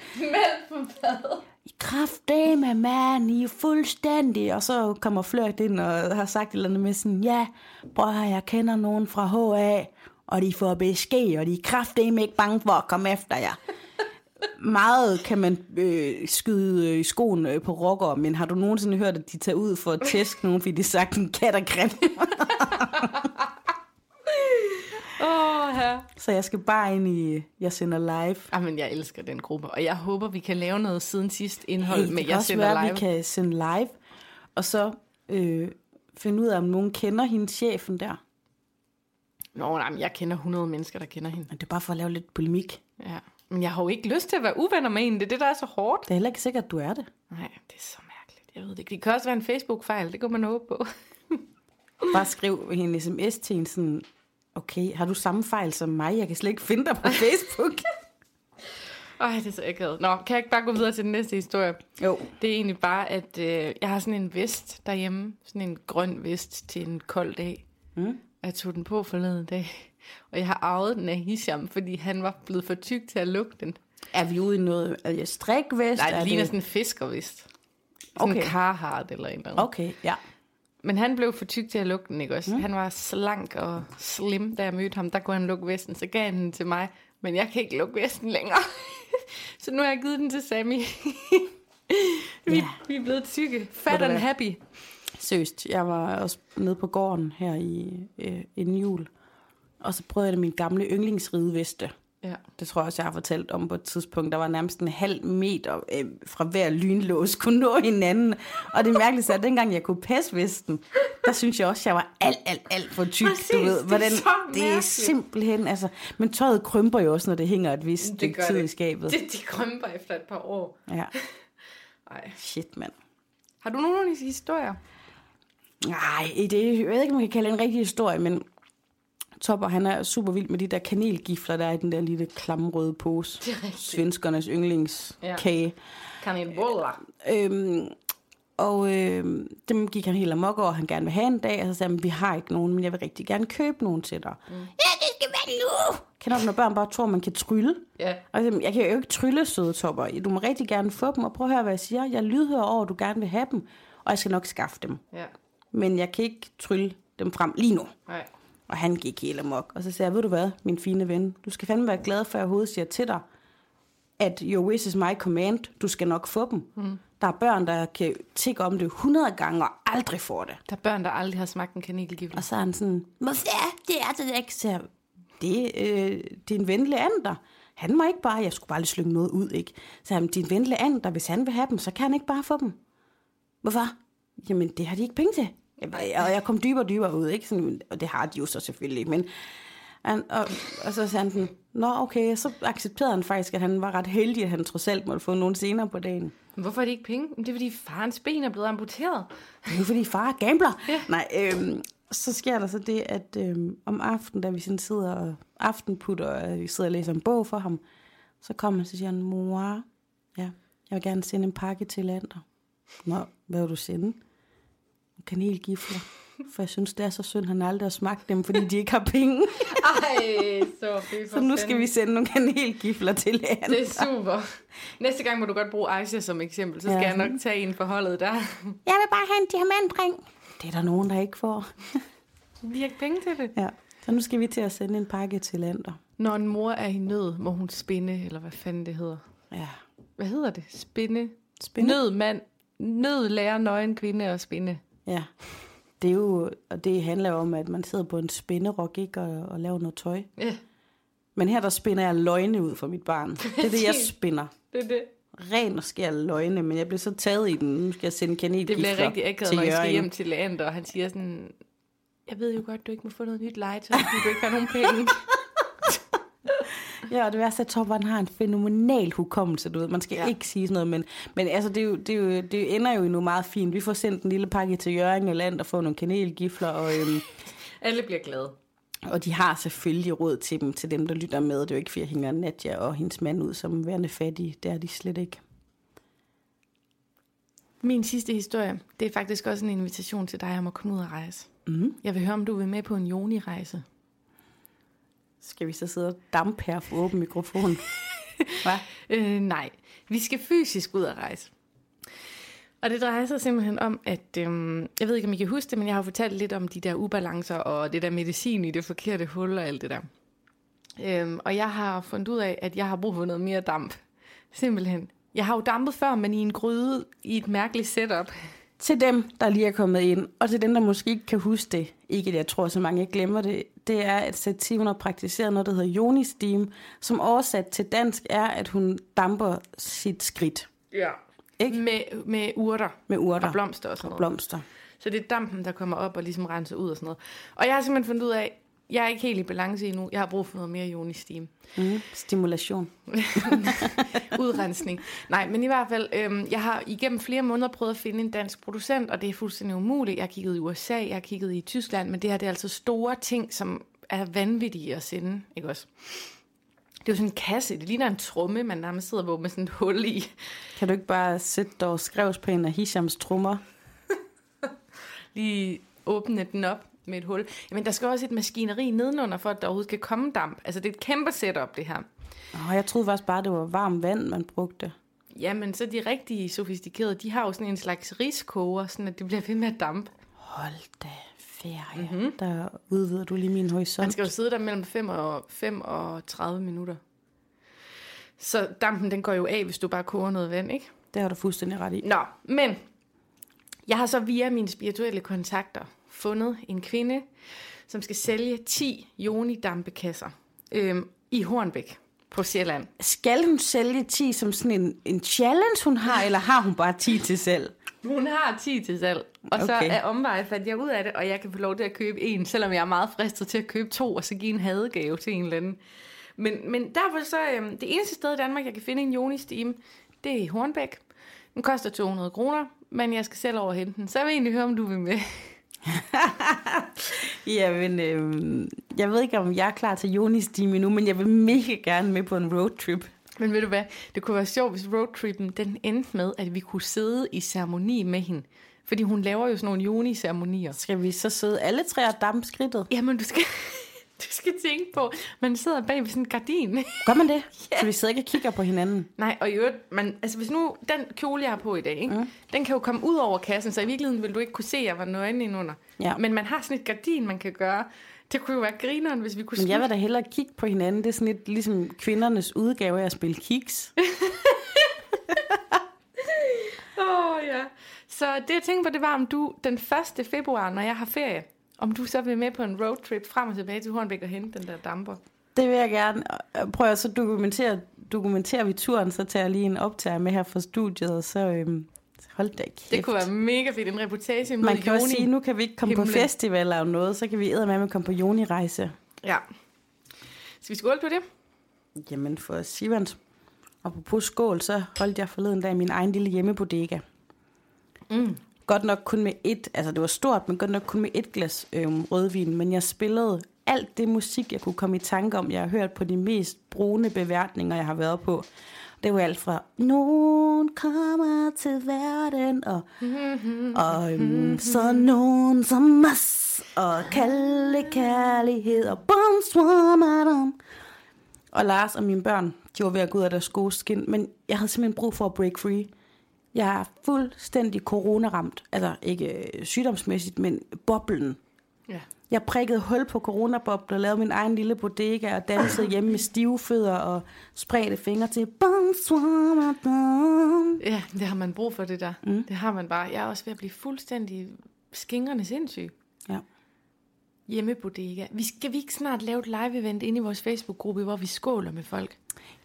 kraftdame, mand, I er fuldstændig. Og så kommer Flørt ind og har sagt et eller andet med sådan, ja, prøv at høre, jeg kender nogen fra HA, og de får besked, og de er kraftdame ikke bange for at komme efter jer. Meget kan man øh, skyde øh, i skoen øh, på rockere, men har du nogensinde hørt, at de tager ud for at tæske nogen, fordi de har sagt en kat er grim? *laughs*
Åh, her.
Så jeg skal bare ind i, øh, jeg sender live.
Jamen, jeg elsker den gruppe, og jeg håber, vi kan lave noget siden sidst indhold
Hey,
med
det kan
Jeg
også
sender
være,
live.
vi kan sende live, og så øh, finde ud af, om nogen kender hende, chefen der.
Nå, nej, men jeg kender 100 mennesker, der kender hende.
Men det er bare for at lave lidt polemik.
Ja. Men jeg har jo ikke lyst til at være uvenner med en. Det er det, der er så hårdt.
Det er heller ikke sikkert, at du er det.
Nej, det er så mærkeligt. Jeg ved det ikke. Det kan også være en Facebook-fejl. Det kunne man håbe på.
Bare skriv en sms til en sådan, okay, har du samme fejl som mig? Jeg kan slet ikke finde dig *laughs* på Facebook.
Ej, det er så akavet. Nå, kan jeg ikke bare gå videre til den næste historie?
jo.
Det er egentlig bare, at øh, jeg har sådan en vest derhjemme. Sådan en grøn vest til en kold dag. Mm. Jeg tog den på forleden dag. Og jeg har arvet den af Hisham, fordi han var blevet for tyk til at lukke den.
Er vi ude i noget er det strikvest?
Nej,
Er
det ligner sådan en fiskervist. Sådan okay.
Okay.
en Carhartt eller en eller anden.
Okay, ja.
Men han blev for tyk til at lukke den, ikke også? Mm. Han var slank og slim, da jeg mødte ham. Der kunne han lukke vesten, så gav han den til mig. Men jeg kan ikke lukke vesten længere. *laughs* så nu har jeg givet den til Sammy. vi,
Ja.
vi er blevet tykke. Fat
du
and
hvad?
happy.
Seriøst, jeg var også nede på gården her i øh, inden jul. Og så prøvede jeg det med min gamle yndlingsrideveste.
Ja.
Det tror jeg også, jeg har fortalt om på et tidspunkt. Der var nærmest en halv meter øh, fra hver lynlås kunne nå hinanden. Og det mærkeligste er, at dengang jeg kunne passe vesten, der synes jeg også, at jeg var alt, alt, alt for tyk.
Præcis,
du ved,
det er så
det er
mærkeligt.
simpelthen... Altså, men tøjet krymper jo også, når det hænger et vist stykke tid i skabet.
Det, de krømper efter et par år.
Ja.
Ej.
Shit, mand.
Har du nogen af disse historier?
Nej, det, jeg ved ikke, om man kan kalde det en rigtig historie, men Topper, han er super vild med de der kanelgifler, der er i den der lille klamrøde pose.
Det er rigtigt.
Svenskernes yndlingskage. Ja.
Kanelboller.
Øhm, og øhm, dem gik han helt amok over, han gerne vil have en dag, og så sagde han, vi har ikke nogen, men jeg vil rigtig gerne købe nogen til dig. Mm. Ja, det skal være nu! Kender du, når børn bare tror, man kan trylle?
Ja.
Og jeg sagde, jeg kan jo ikke trylle søde topper. Du må rigtig gerne få dem, og prøv at høre, hvad jeg siger. Jeg lydhører over, at du gerne vil have dem, og jeg skal nok skaffe dem.
Ja.
Men jeg kan ikke trylle dem frem lige nu.
Nej.
Og han gik helt amok. Og så sagde jeg, ved du hvad, min fine ven, du skal fandme være glad for, at jeg overhovedet siger til dig, at your wish is my command, du skal nok få dem. Mm. Der er børn, der kan tikke om det 100 gange og aldrig får det.
Der er børn, der aldrig har smagt en kanelgifle.
Og så er han sådan, hvorfor det er det ikke? Så jeg, det, øh, din ven Leander, han må ikke bare, jeg skulle bare lige slynge noget ud, ikke? Så han, din ven Leander, hvis han vil have dem, så kan han ikke bare få dem. Hvorfor? Jamen, det har de ikke penge til. Jeg, og jeg kom dybere og dybere ud, ikke? Sådan, og det har de jo så selvfølgelig, men... Han, og, og så sagde han sådan, nå okay, så accepterede han faktisk, at han var ret heldig, at han trods alt måtte få nogen senere på dagen.
Men Hvorfor er de ikke penge? Men Det er, fordi farens ben er blevet *laughs* amputeret.
Det er fordi far er gambler. Ja. Nej, øhm, så sker der så det, at øhm, om aftenen, da vi sådan sidder og aftenputter, og vi sidder og læser en bog for ham, så kommer han, så siger han, mor, ja, jeg vil gerne sende en pakke til Lander. Nå, hvad vil du sende? Kanelgifler. For jeg synes, det er så synd, han aldrig har smagt dem, fordi de ikke har penge.
Ej, så fy
Så nu skal vi sende nogle kanelgifler til Lander.
Det er super. Næste gang må du godt bruge Aisha som eksempel, så skal
Ja.
ja. jeg nok tage en forholdet der.
Jeg vil bare have en diamantring. Det er der nogen, der ikke får.
Vi har ikke penge til det.
Ja. Så nu skal vi til at sende en pakke til Lander.
Når en mor er i nød, må hun spinde, eller hvad fanden det hedder.
Ja.
Hvad hedder det? Spinde?
Spinde?
Nød mand. Nød lærer nøgen kvinde at spinde.
Ja. Det er jo, og det handler jo om, at man sidder på en spinderok, ikke, og, og laver noget tøj.
Ja,
Men her der spinder jeg løgne ud for mit barn. Det er det,
*laughs*
jeg
Præcis.
spinder.
det er det.
Ren og skær løgne, men jeg blev så taget i den. Nu skal jeg sende kanelgifter
Det bliver rigtig akavet,
til
når jeg skal
Jørgen.
hjem til Leander, og han siger sådan, jeg ved jo godt, du ikke må få noget nyt legetøj, fordi du ikke har nogen penge.
Ja, og det værste er, at Torben han har en fænomenal hukommelse, du ved. Man skal
Ja.
ja. ikke sige sådan noget, men, men altså, det, er jo, det, er jo, det ender jo nu meget fint. Vi får sendt en lille pakke til Jørgen og Land og får nogle kanelgifler, og, øhm,
*laughs* Alle bliver glade.
og de har selvfølgelig råd til dem, til dem, der lytter med. Det er jo ikke, fordi jeg hænger Nadja og hendes mand ud som værende fattige. Det er de slet ikke.
Min sidste historie, det er faktisk også en invitation til dig om at komme ud og rejse. Mm. Jeg vil høre, om du vil med på en Joni-rejse.
Skal vi så sidde og dampe her for åben
*laughs*
mikrofon? Hvad?
Øh, nej, vi skal fysisk ud og rejse. Og det drejer sig simpelthen om, at øhm, jeg ved ikke, om I kan huske det, men jeg har jo fortalt lidt om de der ubalancer og det der medicin i det forkerte hul og alt det der. Øhm, og jeg har fundet ud af, at jeg har brug for noget mere damp. Simpelthen. Jeg har jo dampet før, men i en gryde, i et mærkeligt setup.
Til dem, der lige er kommet ind, og til dem, der måske ikke kan huske det, ikke at jeg tror, så mange glemmer det, det er, at Sativon har praktiseret noget, der hedder Joni Steam, som oversat til dansk er, at hun damper sit skridt
Ja.
Ikke?
Med, med urter
med urter
og blomster og sådan
og
noget.
blomster.
Så det er dampen, der kommer op og ligesom renser ud og sådan noget. Og jeg har simpelthen fundet ud af, at jeg er ikke helt i balance endnu. Jeg har brug for noget mere jonisteam.
Mm. Stimulation.
Udrensning. Nej, men i hvert fald, øhm, jeg har igennem flere måneder prøvet at finde en dansk producent, og det er fuldstændig umuligt. Jeg har kigget i USA, jeg har kigget i Tyskland, men det her det er altså store ting, som er vanvittige at sende, ikke også? Det er jo sådan en kasse, det ligner en tromme, man nærmest sidder på med sådan et hul i.
Kan du ikke bare sætte dig og skrevs på en af Hishams trummer?
lige åbne den op med et hul. Jamen, der skal også et maskineri nedenunder, for at der overhovedet kan komme damp. Altså, det er et kæmpe setup, det her.
Åh, jeg troede faktisk bare, det var varmt vand, man brugte.
Jamen, så de rigtige sofistikerede, de har jo sådan en slags riskoger, sådan at det bliver ved med at dampe.
Hold da ferie. Mm-hmm. Der udvider du lige min
Man
horisont.
skal jo sidde der mellem 5 og, 5 og 30 minutter. Så dampen, den går jo af, hvis du bare koger noget vand, ikke?
Det har du fuldstændig ret i.
Nå, men jeg har så via mine spirituelle kontakter fundet en kvinde, som skal sælge 10 Joni-dampekasser øhm, i Hornbæk på Sjælland.
Skal hun sælge 10 som sådan en, en challenge, hun har, eller har hun bare 10 til selv?
Hun har 10 til salg, og så
Okay.
er omveje fandt jeg ud af det, og jeg kan få lov til at købe en, selvom jeg er meget fristet til at købe to, og så give en hadegave til en eller anden. Men, men derfor så, øhm, det eneste sted i Danmark, jeg kan finde en Joni-stime, det er i Hornbæk. Den koster 200 kroner, men jeg skal selv over og hente den. Så jeg vil egentlig høre, om du vil med. *laughs*
Jamen, øh, jeg ved ikke, om jeg er klar til Jonis team endnu, men jeg vil mega gerne med på en roadtrip.
Men ved du hvad, det kunne være sjovt, hvis roadtrippen den endte med, at vi kunne sidde i ceremoni med hende. Fordi hun laver jo sådan nogle juni-ceremonier.
Skal vi så sidde alle tre og dampe skridtet?
Jamen, du skal, *laughs* du skal tænke på, man sidder bag ved sådan en gardin.
Gør man *laughs* det? Så vi sidder ikke og kigger på hinanden.
Nej, og i øvrigt, man, altså hvis nu den kjole, jeg har på i dag, ikke? Mm. den kan jo komme ud over kassen, så i virkeligheden vil du ikke kunne se, at jeg var nøgen indenunder.
Ja.
Men man har sådan et gardin, man kan gøre. Det kunne jo være grineren, hvis vi kunne
Men jeg vil
slutte-
da hellere kigge på hinanden. Det er sådan lidt ligesom kvindernes udgave af at spille kiks.
Åh, oh, ja. Så det, jeg tænkte på, det var, om du den 1. februar, når jeg har ferie, om du så vil med på en roadtrip frem og tilbage til Hornbæk og hente den der damper.
Det vil jeg gerne. Og Prøv at så dokumentere, dokumenterer vi turen, så tager jeg lige en optager med her fra studiet, og så øh, hold da kæft.
Det kunne være mega fedt, en reportage mod
Man kan
Joni.
også sige, nu kan vi ikke komme på
Himlen.
festival eller noget, så kan vi med at komme på Joni-rejse.
Ja. Skal vi skåle på det?
Jamen for Sivans. Apropos skål, så holdt jeg forleden dag min egen lille hjemmebodega.
Mm.
Godt nok kun med et, altså det var stort, men godt nok kun med et glas øhm, rødvin. Men jeg spillede alt det musik, jeg kunne komme i tanke om. Jeg har hørt på de mest brune beværtninger, jeg har været på. Det var alt fra, nogen kommer til verden, og, og øhm, så nogen som os, og kalde kærlighed, og bonsoir, madame. Og Lars og mine børn, de var ved at gå ud af deres gode skin, men jeg havde simpelthen brug for at break free. Jeg er fuldstændig coronaramt, altså ikke øh, sygdomsmæssigt, men boblen
Ja.
Jeg prikkede hul på coronaboblen og lavede min egen lille bodega og dansede hjemme med stive fødder og spredte fingre til bonsoir, madame.
Ja, det har man brug for, det der. Mm. Det har man bare. Jeg er også ved at blive fuldstændig skingerne sindssyg.
Ja.
Hjemmebodega. Vi skal vi ikke snart lave et live-event inde i vores Facebook-gruppe, hvor vi skåler med folk?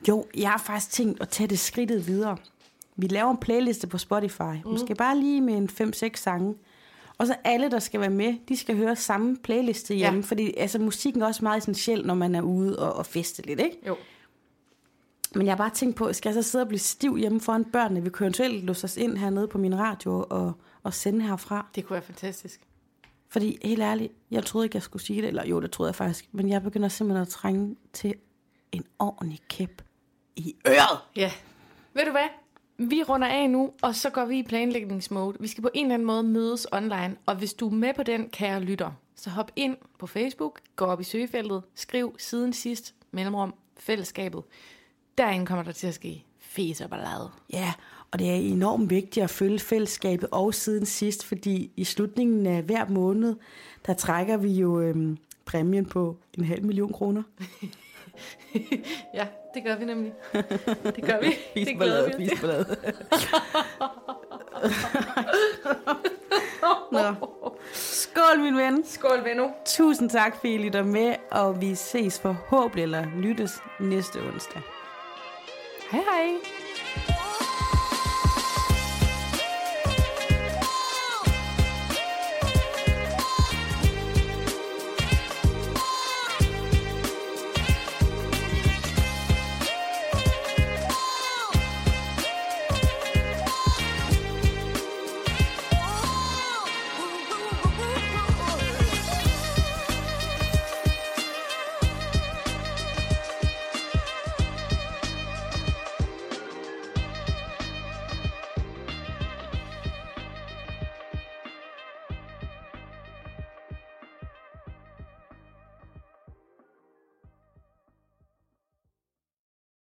Jo, jeg har faktisk tænkt at tage det skridtet videre. Vi laver en playliste på Spotify. Mm. Måske bare lige med en 5-6 sange. Og så alle, der skal være med, de skal høre samme playliste hjemme. Ja. Fordi altså, musikken er også meget essentiel, når man er ude og, og feste lidt, ikke?
Jo.
Men jeg har bare tænkt på, skal jeg så sidde og blive stiv hjemme foran børnene? Vi kunne eventuelt låse os ind hernede på min radio og, og sende herfra.
Det kunne være fantastisk.
Fordi helt ærligt, jeg troede ikke, jeg skulle sige det. Eller jo, det troede jeg faktisk. Men jeg begynder simpelthen at trænge til en ordentlig kæp i øret.
Ja. Ved du hvad? Vi runder af nu, og så går vi i planlægningsmode. Vi skal på en eller anden måde mødes online, og hvis du er med på den, kære lytter, så hop ind på Facebook, gå op i søgefeltet, skriv siden sidst, mellemrum, fællesskabet. Derinde kommer der til at ske fes og ballade.
Ja, og det er enormt vigtigt at følge fællesskabet og siden sidst, fordi i slutningen af hver måned, der trækker vi jo øhm, præmien på en halv million kroner.
*laughs* ja, det gør vi nemlig. Det *laughs* gør vi. det
ballade,
os
fis
*laughs*
ballade. Nå. Skål, min ven.
Skål, Venno.
Tusind tak, fordi I lytter med, og vi ses forhåbentlig, eller lyttes næste onsdag.
Hej hej.